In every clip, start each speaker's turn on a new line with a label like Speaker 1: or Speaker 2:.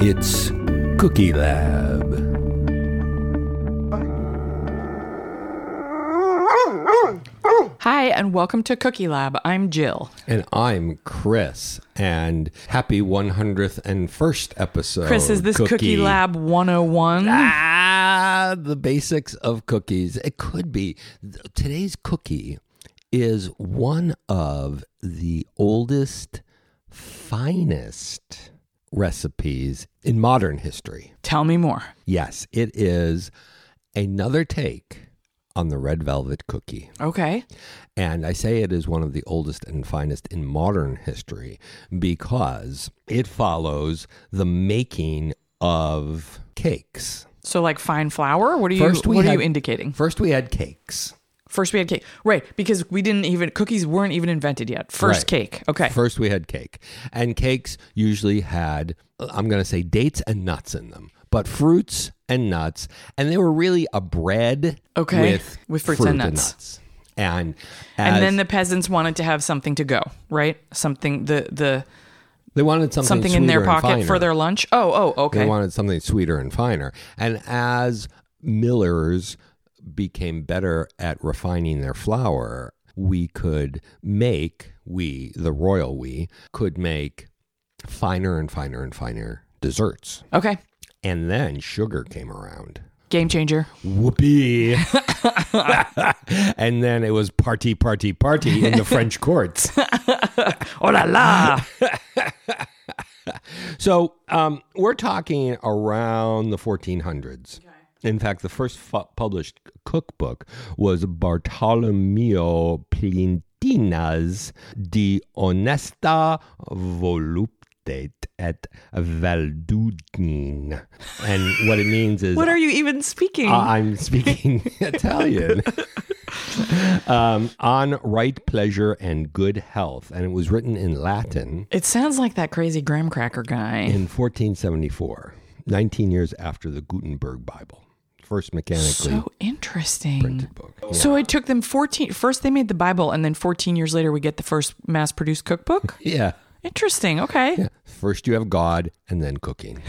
Speaker 1: It's Cookie Lab.
Speaker 2: Hi, and welcome to Cookie Lab. I'm Jill.
Speaker 3: And I'm Chris, and happy 100th and first episode.
Speaker 2: Chris, is this Cookie, Lab 101?
Speaker 3: Ah, the basics of cookies. It could be. Today's cookie is one of the oldest, finest recipes in modern history.
Speaker 2: Tell me more.
Speaker 3: Yes, it is another take on the red velvet cookie.
Speaker 2: Okay.
Speaker 3: And I say it is one of the oldest and finest in modern history because it follows the making of cakes.
Speaker 2: So, like fine flour? What are you, what are you indicating?
Speaker 3: First, we had cakes.
Speaker 2: First, we had cake. Right, because we didn't even, cookies weren't even invented yet. First,
Speaker 3: Right.
Speaker 2: cake. Okay.
Speaker 3: First, we had cake. And cakes usually had, I'm going to say dates and nuts in them, but fruits and nuts. And they were really a bread
Speaker 2: Okay.
Speaker 3: with,
Speaker 2: With fruits
Speaker 3: fruit
Speaker 2: and nuts.
Speaker 3: And,
Speaker 2: and
Speaker 3: as-
Speaker 2: then the peasants wanted to have something to go, right? Something, the, the,
Speaker 3: they wanted something,
Speaker 2: something in
Speaker 3: sweeter
Speaker 2: their
Speaker 3: and
Speaker 2: pocket
Speaker 3: finer.
Speaker 2: for their lunch. Oh, oh, okay.
Speaker 3: They wanted something sweeter and finer. And as millers became better at refining their flour, we could make, we, the royal we, could make finer and finer and finer desserts.
Speaker 2: okay.
Speaker 3: And then sugar came around.
Speaker 2: Game changer.
Speaker 3: Whoopee. and then it was party, party, party in the French courts.
Speaker 2: Oh la la.
Speaker 3: So um, we're talking around the 1400s. In fact, the first fu- published cookbook was Bartolomeo Plintina's De Onesta Voluptate et Valdudine. And what it means is
Speaker 2: what are you even speaking?
Speaker 3: uh, I'm speaking Italian. um, on right pleasure and good health. And it was written in Latin
Speaker 2: it sounds like that crazy graham cracker guy.
Speaker 3: in 1474, 19 years after the Gutenberg Bible, first mechanically
Speaker 2: so interesting.
Speaker 3: printed book.
Speaker 2: So it took them 14 first they made the Bible and then 14 years later we get the first mass-produced cookbook.
Speaker 3: Yeah.
Speaker 2: Interesting. Okay.
Speaker 3: First you have God and then cooking.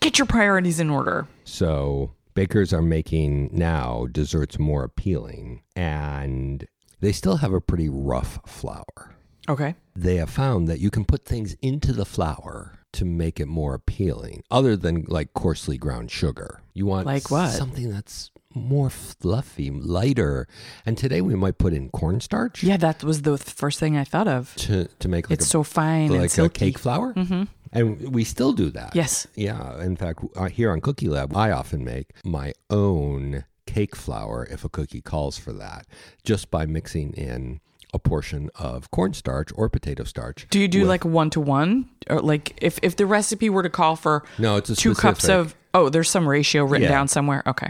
Speaker 2: Get your priorities in order.
Speaker 3: So bakers are making now desserts more appealing and they still have a pretty rough flour.
Speaker 2: Okay.
Speaker 3: They have found that you can put things into the flour to make it more appealing, other than like coarsely ground sugar. You want
Speaker 2: Like what?
Speaker 3: Something that's more fluffy, lighter. And today we might put in cornstarch.
Speaker 2: Yeah, that was the first thing I thought of.
Speaker 3: to to make like
Speaker 2: it's
Speaker 3: a
Speaker 2: so fine and
Speaker 3: like a
Speaker 2: silky.
Speaker 3: cake flour, mm-hmm. and we still do that.
Speaker 2: Yes.
Speaker 3: yeah. In fact, uh, here on Cookie Lab, I often make my own cake flour if a cookie calls for that, just by mixing in a portion of cornstarch or potato starch.
Speaker 2: Do you do like one to one or like if if the recipe were to call for
Speaker 3: No, it's a
Speaker 2: two cups
Speaker 3: specific-
Speaker 2: of Oh, there's some ratio written
Speaker 3: Yeah.
Speaker 2: down somewhere. Okay.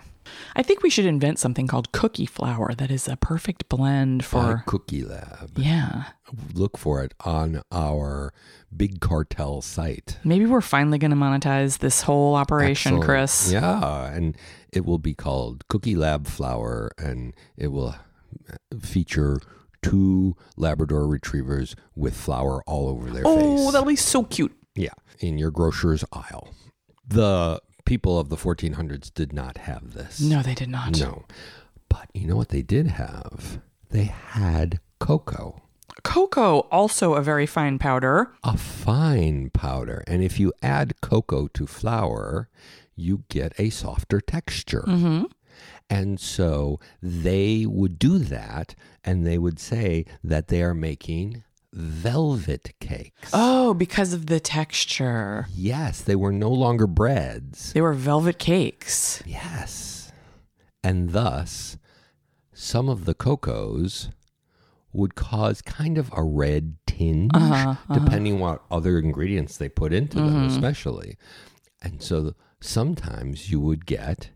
Speaker 2: I think we should invent something called cookie flour that is a perfect blend
Speaker 3: by
Speaker 2: for
Speaker 3: uh, Cookie Lab?
Speaker 2: Yeah.
Speaker 3: Look for it on our Big Cartel site.
Speaker 2: Maybe we're finally going to monetize this whole operation,
Speaker 3: Excellent.
Speaker 2: Chris.
Speaker 3: Yeah, and it will be called Cookie Lab Flour, and it will uh, feature two Labrador retrievers with flour all over their
Speaker 2: Oh,
Speaker 3: face.
Speaker 2: that'll be so cute.
Speaker 3: yeah, in your grocer's aisle. The people of the 1400s did not have this.
Speaker 2: No, they did not.
Speaker 3: No. But you know what they did have? They had cocoa.
Speaker 2: Cocoa, also a very fine powder.
Speaker 3: a fine powder. And if you add cocoa to flour, you get a softer texture. And so they would do that and they would say that they are making velvet cakes.
Speaker 2: Oh, because of the texture.
Speaker 3: Yes, they were no longer breads.
Speaker 2: They were velvet cakes.
Speaker 3: Yes. And thus, some of the cocos would cause kind of a red tinge,
Speaker 2: Uh-huh,
Speaker 3: depending what other ingredients they put into
Speaker 2: Mm-hmm.
Speaker 3: them, especially. And so sometimes you would get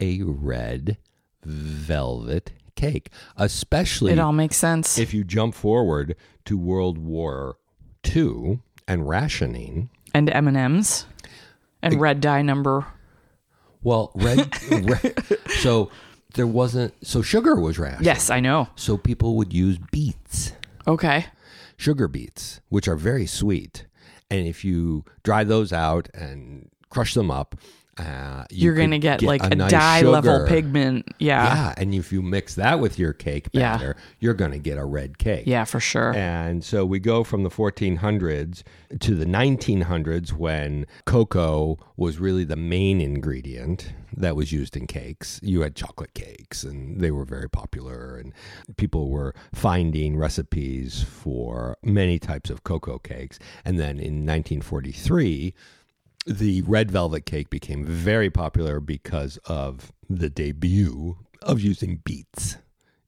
Speaker 3: a red velvet cake, especially
Speaker 2: It all makes sense.
Speaker 3: if you jump forward to World War II and rationing.
Speaker 2: and M&Ms and red dye number.
Speaker 3: Well, red, red so there wasn't, so sugar was rationed.
Speaker 2: Yes, I know.
Speaker 3: So people would use beets,
Speaker 2: Okay.
Speaker 3: sugar beets, which are very sweet, And if you dry those out and crush them up, uh, you
Speaker 2: You're
Speaker 3: could
Speaker 2: going to get, like a
Speaker 3: nice
Speaker 2: dye level
Speaker 3: sugar.
Speaker 2: pigment. Yeah.
Speaker 3: Yeah, and if you mix that with your cake
Speaker 2: Yeah.
Speaker 3: batter, you're going to get a red cake.
Speaker 2: Yeah, for sure.
Speaker 3: And so we go from the 1400s to the 1900s when cocoa was really the main ingredient that was used in cakes. You had chocolate cakes and they were very popular and people were finding recipes for many types of cocoa cakes. And then in 1943, the red velvet cake became very popular because of the debut of using beets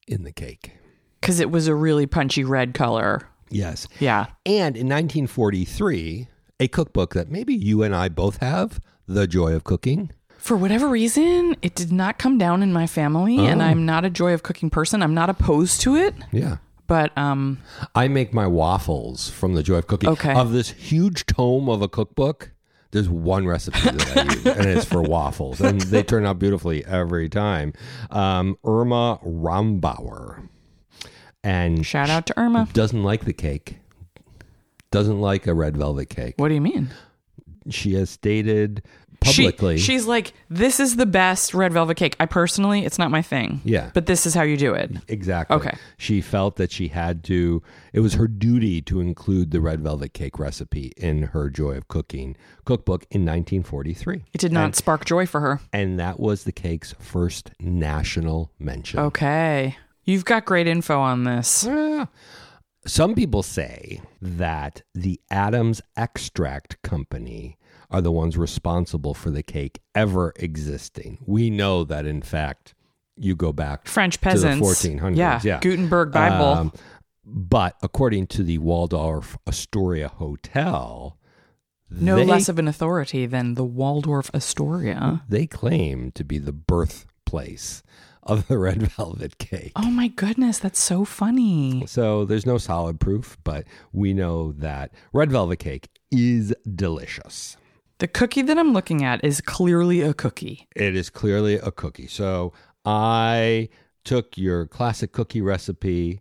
Speaker 3: in the cake.
Speaker 2: Because it was a really punchy red color.
Speaker 3: Yes.
Speaker 2: Yeah.
Speaker 3: And in 1943, a cookbook that maybe you and I both have, The Joy of Cooking.
Speaker 2: For whatever reason, it did not come down in my family,
Speaker 3: Oh.
Speaker 2: and I'm not a joy of cooking person. I'm not opposed to it,
Speaker 3: Yeah.
Speaker 2: but um,
Speaker 3: I make my waffles from The Joy of Cooking.
Speaker 2: Okay.
Speaker 3: Of this huge tome of a cookbook, there's one recipe that I use, and it's for waffles. And they turn out beautifully every time. Um, Irma Rombauer. And
Speaker 2: shout out to Irma.
Speaker 3: doesn't like the cake. Doesn't like a red velvet cake.
Speaker 2: What do you mean?
Speaker 3: She has stated
Speaker 2: She-
Speaker 3: publicly.
Speaker 2: she's like, this is the best red velvet cake. I personally, it's not my thing.
Speaker 3: Yeah.
Speaker 2: But this is how you do it.
Speaker 3: Exactly.
Speaker 2: Okay.
Speaker 3: She felt that she had to, it was her duty to include the red velvet cake recipe in her Joy of Cooking cookbook in 1943.
Speaker 2: It did not spark joy for her.
Speaker 3: And that was the cake's first national mention.
Speaker 2: Okay. You've got great info on this.
Speaker 3: Ah. Some people say that the Adams Extract Company are the ones responsible for the cake ever existing. We know that, in fact, you go back
Speaker 2: French peasants.
Speaker 3: 1400s, yeah.
Speaker 2: Gutenberg Bible.
Speaker 3: Um, but according to the Waldorf Astoria Hotel,
Speaker 2: no
Speaker 3: they,
Speaker 2: less of an authority than the Waldorf Astoria.
Speaker 3: they claim to be the birthplace of the red velvet cake.
Speaker 2: Oh my goodness, that's so funny.
Speaker 3: So there's no solid proof, but we know that red velvet cake is delicious.
Speaker 2: The cookie that I'm looking at is clearly a cookie.
Speaker 3: It is clearly a cookie. So I took your classic cookie recipe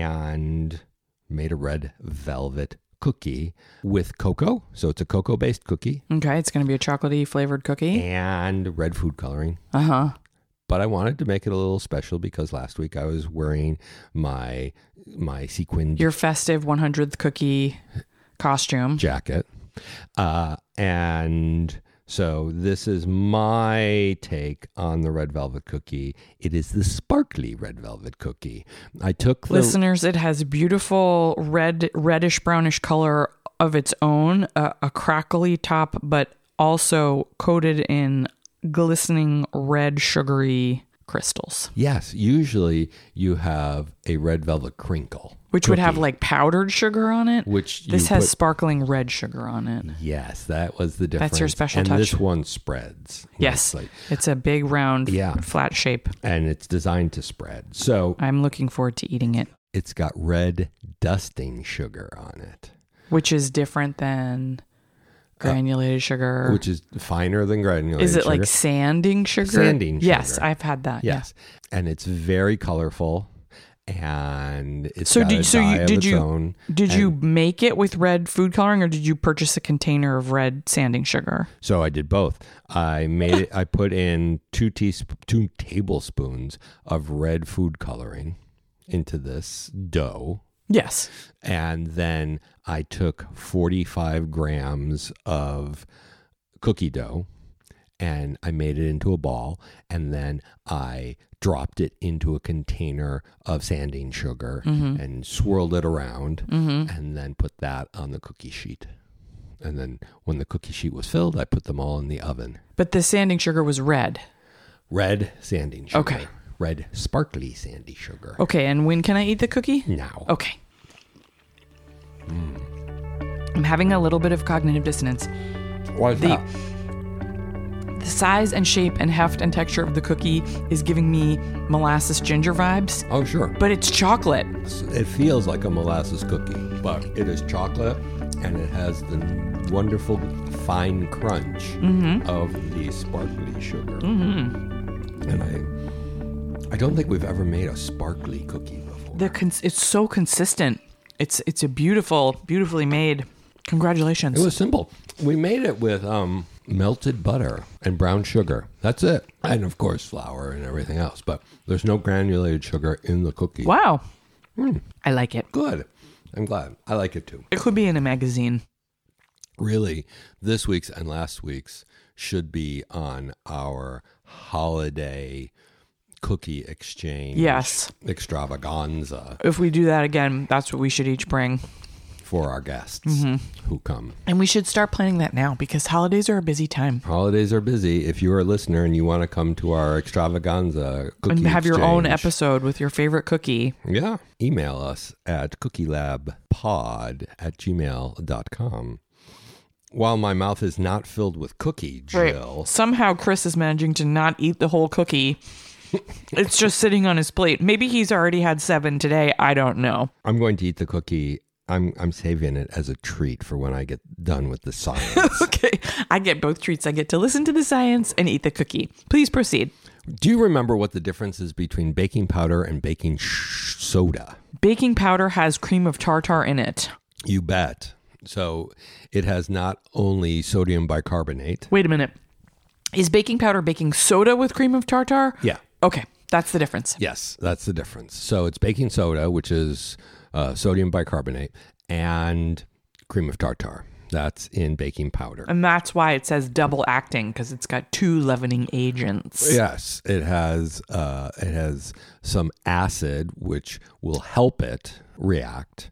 Speaker 3: and made a red velvet cookie with cocoa. So it's a cocoa based cookie.
Speaker 2: Okay, it's going to be a chocolatey flavored cookie.
Speaker 3: and red food coloring.
Speaker 2: Uh huh.
Speaker 3: But I wanted to make it a little special because last week I was wearing my my sequined
Speaker 2: Your festive 100th cookie costume.
Speaker 3: jacket, uh, and so this is my take on the red velvet cookie. It is the sparkly red velvet cookie. I took the
Speaker 2: Listeners, it has beautiful red, reddish brownish color of its own, a, a crackly top, but also coated in glistening red sugary crystals,
Speaker 3: yes. Usually you have a red velvet crinkle,
Speaker 2: which would have like powdered sugar on it.
Speaker 3: which
Speaker 2: this
Speaker 3: you
Speaker 2: has
Speaker 3: put-
Speaker 2: sparkling red sugar on it.
Speaker 3: yes. That was the difference.
Speaker 2: That's your special
Speaker 3: and
Speaker 2: touch.
Speaker 3: this one spreads.
Speaker 2: Yes,
Speaker 3: nicely.
Speaker 2: it's a big round,
Speaker 3: Yeah.
Speaker 2: flat shape.
Speaker 3: and it's designed to spread. So
Speaker 2: I'm looking forward to eating it,
Speaker 3: it's got red dusting sugar on it,
Speaker 2: which is different than granulated sugar.
Speaker 3: Uh, which is finer than granulated.
Speaker 2: Er. is it
Speaker 3: sugar.
Speaker 2: like sanding sugar?
Speaker 3: Sanding
Speaker 2: Yes,
Speaker 3: sugar.
Speaker 2: I've had that. Yes.
Speaker 3: yes? And it's very colorful, and it's
Speaker 2: So
Speaker 3: got
Speaker 2: did-
Speaker 3: a
Speaker 2: so you-
Speaker 3: dye of
Speaker 2: did
Speaker 3: its
Speaker 2: you-
Speaker 3: own.
Speaker 2: Did you make it with red food coloring or did you purchase a container of red sanding sugar?
Speaker 3: So I did both. I made it. I put in two teasp- two tablespoons of red food coloring into this dough.
Speaker 2: Yes.
Speaker 3: and then I took 45 grams of cookie dough and I made it into a ball and then I dropped it into a container of sanding sugar
Speaker 2: Mm-hmm.
Speaker 3: and swirled it around and then put that on the cookie sheet. And then when the cookie sheet was filled, I put them all in the oven.
Speaker 2: But the sanding sugar was red.
Speaker 3: Red sanding sugar.
Speaker 2: Okay.
Speaker 3: Red sparkly sandy sugar.
Speaker 2: Okay, and when can I eat the cookie?
Speaker 3: Now.
Speaker 2: Okay.
Speaker 3: Hmm.
Speaker 2: I'm having a little bit of cognitive dissonance.
Speaker 3: Why is
Speaker 2: the-
Speaker 3: that?
Speaker 2: The size and shape and heft and texture of the cookie is giving me molasses ginger vibes,
Speaker 3: Oh, sure.
Speaker 2: but it's chocolate.
Speaker 3: It feels like a molasses cookie, but it is chocolate and it has the wonderful fine crunch of the sparkly sugar. And I I don't think we've ever made a sparkly cookie before.
Speaker 2: The cons- it's so consistent. It's it's a beautiful, beautifully made Congratulations.
Speaker 3: It was simple. We made it with um, melted butter and brown sugar. That's it. And of course, flour and everything else. But there's no granulated sugar in the cookie.
Speaker 2: wow.
Speaker 3: Hmm.
Speaker 2: I like it.
Speaker 3: Good. I'm glad. I like it too.
Speaker 2: It could be in a magazine.
Speaker 3: Really, this week's and last week's should be on our holiday cookie exchange
Speaker 2: Yes.
Speaker 3: extravaganza
Speaker 2: If we do that again, that's what we should each bring.
Speaker 3: for our guests
Speaker 2: Mm-hmm.
Speaker 3: who come.
Speaker 2: And we should start planning that now because holidays are a busy time.
Speaker 3: Holidays are busy. If you're a listener and you want to come to our extravaganza cookie
Speaker 2: and have your own
Speaker 3: exchange,
Speaker 2: episode with your favorite cookie.
Speaker 3: Yeah. Email us at cookielabpod at gmail.com. While my mouth is not filled with cookie, Jill,
Speaker 2: Somehow Chris is managing to not eat the whole cookie. it's just sitting on his plate. Maybe he's already had seven today. I don't know.
Speaker 3: I'm going to eat the cookie. I'm I'm saving it as a treat for when I get done with the science.
Speaker 2: Okay. I get both treats. I get to listen to the science and eat the cookie. Please proceed.
Speaker 3: Do you remember what the difference is between baking powder and baking sh- soda?
Speaker 2: Baking powder has cream of tartar in it.
Speaker 3: You bet. So it has not only sodium bicarbonate.
Speaker 2: Wait a minute. Is baking powder baking soda with cream of tartar?
Speaker 3: Yeah.
Speaker 2: Okay. That's the difference.
Speaker 3: Yes, that's the difference. So it's baking soda, which is uh, sodium bicarbonate, and cream of tartar. That's in baking powder.
Speaker 2: And that's why it says double acting because it's got two leavening agents.
Speaker 3: Yes, it has uh, it has some acid which will help it react,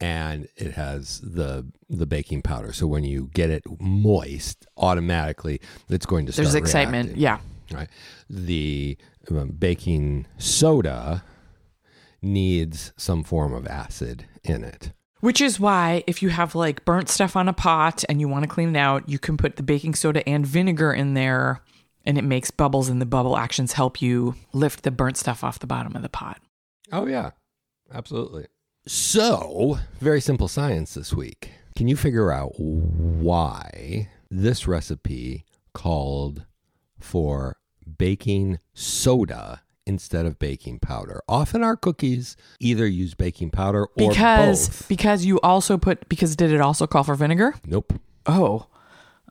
Speaker 3: and it has the the baking powder. So when you get it moist, automatically it's going to start.
Speaker 2: There's excitement.
Speaker 3: reacting,
Speaker 2: Yeah.
Speaker 3: right. The um, baking soda needs some form of acid in it.
Speaker 2: Which is why if you have like burnt stuff on a pot and you want to clean it out, you can put the baking soda and vinegar in there and it makes bubbles and the bubble actions help you lift the burnt stuff off the bottom of the pot.
Speaker 3: Oh yeah, absolutely. So very simple science this week. Can you figure out why this recipe called for baking soda instead of baking powder? Often our cookies either use baking powder or
Speaker 2: Because
Speaker 3: both.
Speaker 2: because you also put because did it also call for vinegar?
Speaker 3: Nope.
Speaker 2: Oh.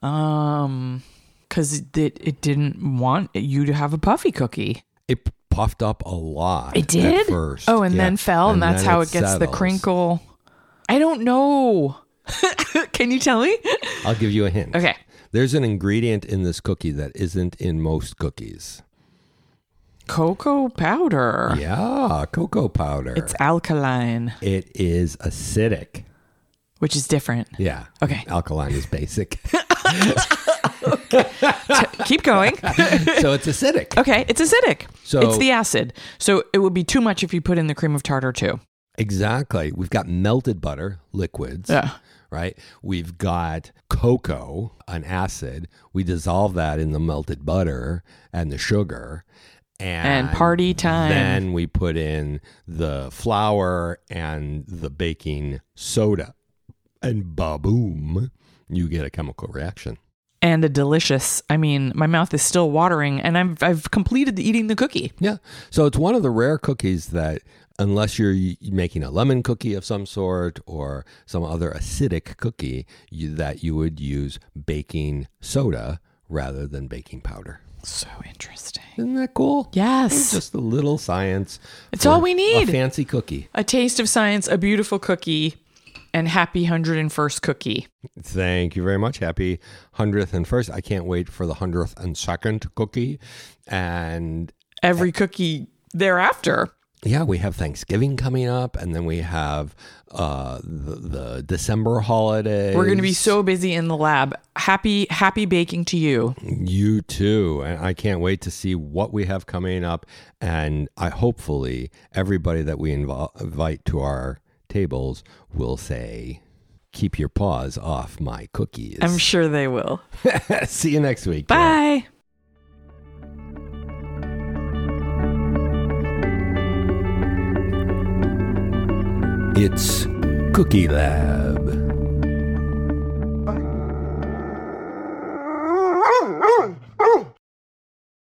Speaker 2: Um cuz it, it didn't want you to have a puffy cookie.
Speaker 3: It puffed up a lot.
Speaker 2: It did?
Speaker 3: at first.
Speaker 2: Oh, and
Speaker 3: Yeah.
Speaker 2: then fell, and, that's
Speaker 3: then
Speaker 2: how it gets the
Speaker 3: settles.
Speaker 2: crinkle. I don't know. Can you tell me?
Speaker 3: I'll give you a hint.
Speaker 2: Okay.
Speaker 3: There's an ingredient in this cookie that isn't in most cookies.
Speaker 2: Cocoa powder.
Speaker 3: Yeah, cocoa powder.
Speaker 2: It's alkaline,
Speaker 3: It is acidic.
Speaker 2: which is different.
Speaker 3: Yeah.
Speaker 2: Okay.
Speaker 3: Alkaline is basic.
Speaker 2: Keep going.
Speaker 3: so it's acidic.
Speaker 2: Okay, it's acidic.
Speaker 3: So-
Speaker 2: it's the acid. So it would be too much if you put in the cream of tartar too.
Speaker 3: Exactly. We've got melted butter, liquids,
Speaker 2: Yeah.
Speaker 3: right? We've got cocoa, an acid. We dissolve that in the melted butter and the sugar. And,
Speaker 2: And party time.
Speaker 3: Then we put in the flour and the baking soda. And ba-boom, you get a chemical reaction.
Speaker 2: And a delicious. I mean, my mouth is still watering, and I've I've completed the eating the cookie.
Speaker 3: Yeah. So it's one of the rare cookies that, unless you're y- making a lemon cookie of some sort or some other acidic cookie, you, that you would use baking soda rather than baking powder.
Speaker 2: So interesting.
Speaker 3: Isn't that cool? It's
Speaker 2: Yes,
Speaker 3: just a little science.
Speaker 2: It's
Speaker 3: for
Speaker 2: all we need.
Speaker 3: A fancy cookie.
Speaker 2: a taste of science, a beautiful cookie, and happy hundred and first cookie.
Speaker 3: Thank you very much. Happy 100th and first. I can't wait for the 100th and second cookie. And
Speaker 2: Every cookie thereafter.
Speaker 3: yeah, we have Thanksgiving coming up, and then we have uh, the, the December holiday.
Speaker 2: We're going to be so busy in the lab. Happy happy baking to you.
Speaker 3: You too. And I can't wait to see what we have coming up. And I hopefully everybody that we invol invite to our tables will say, keep your paws off my cookies.
Speaker 2: I'm sure they will.
Speaker 3: see you next week.
Speaker 2: Bye.
Speaker 1: It's Cookie Lab.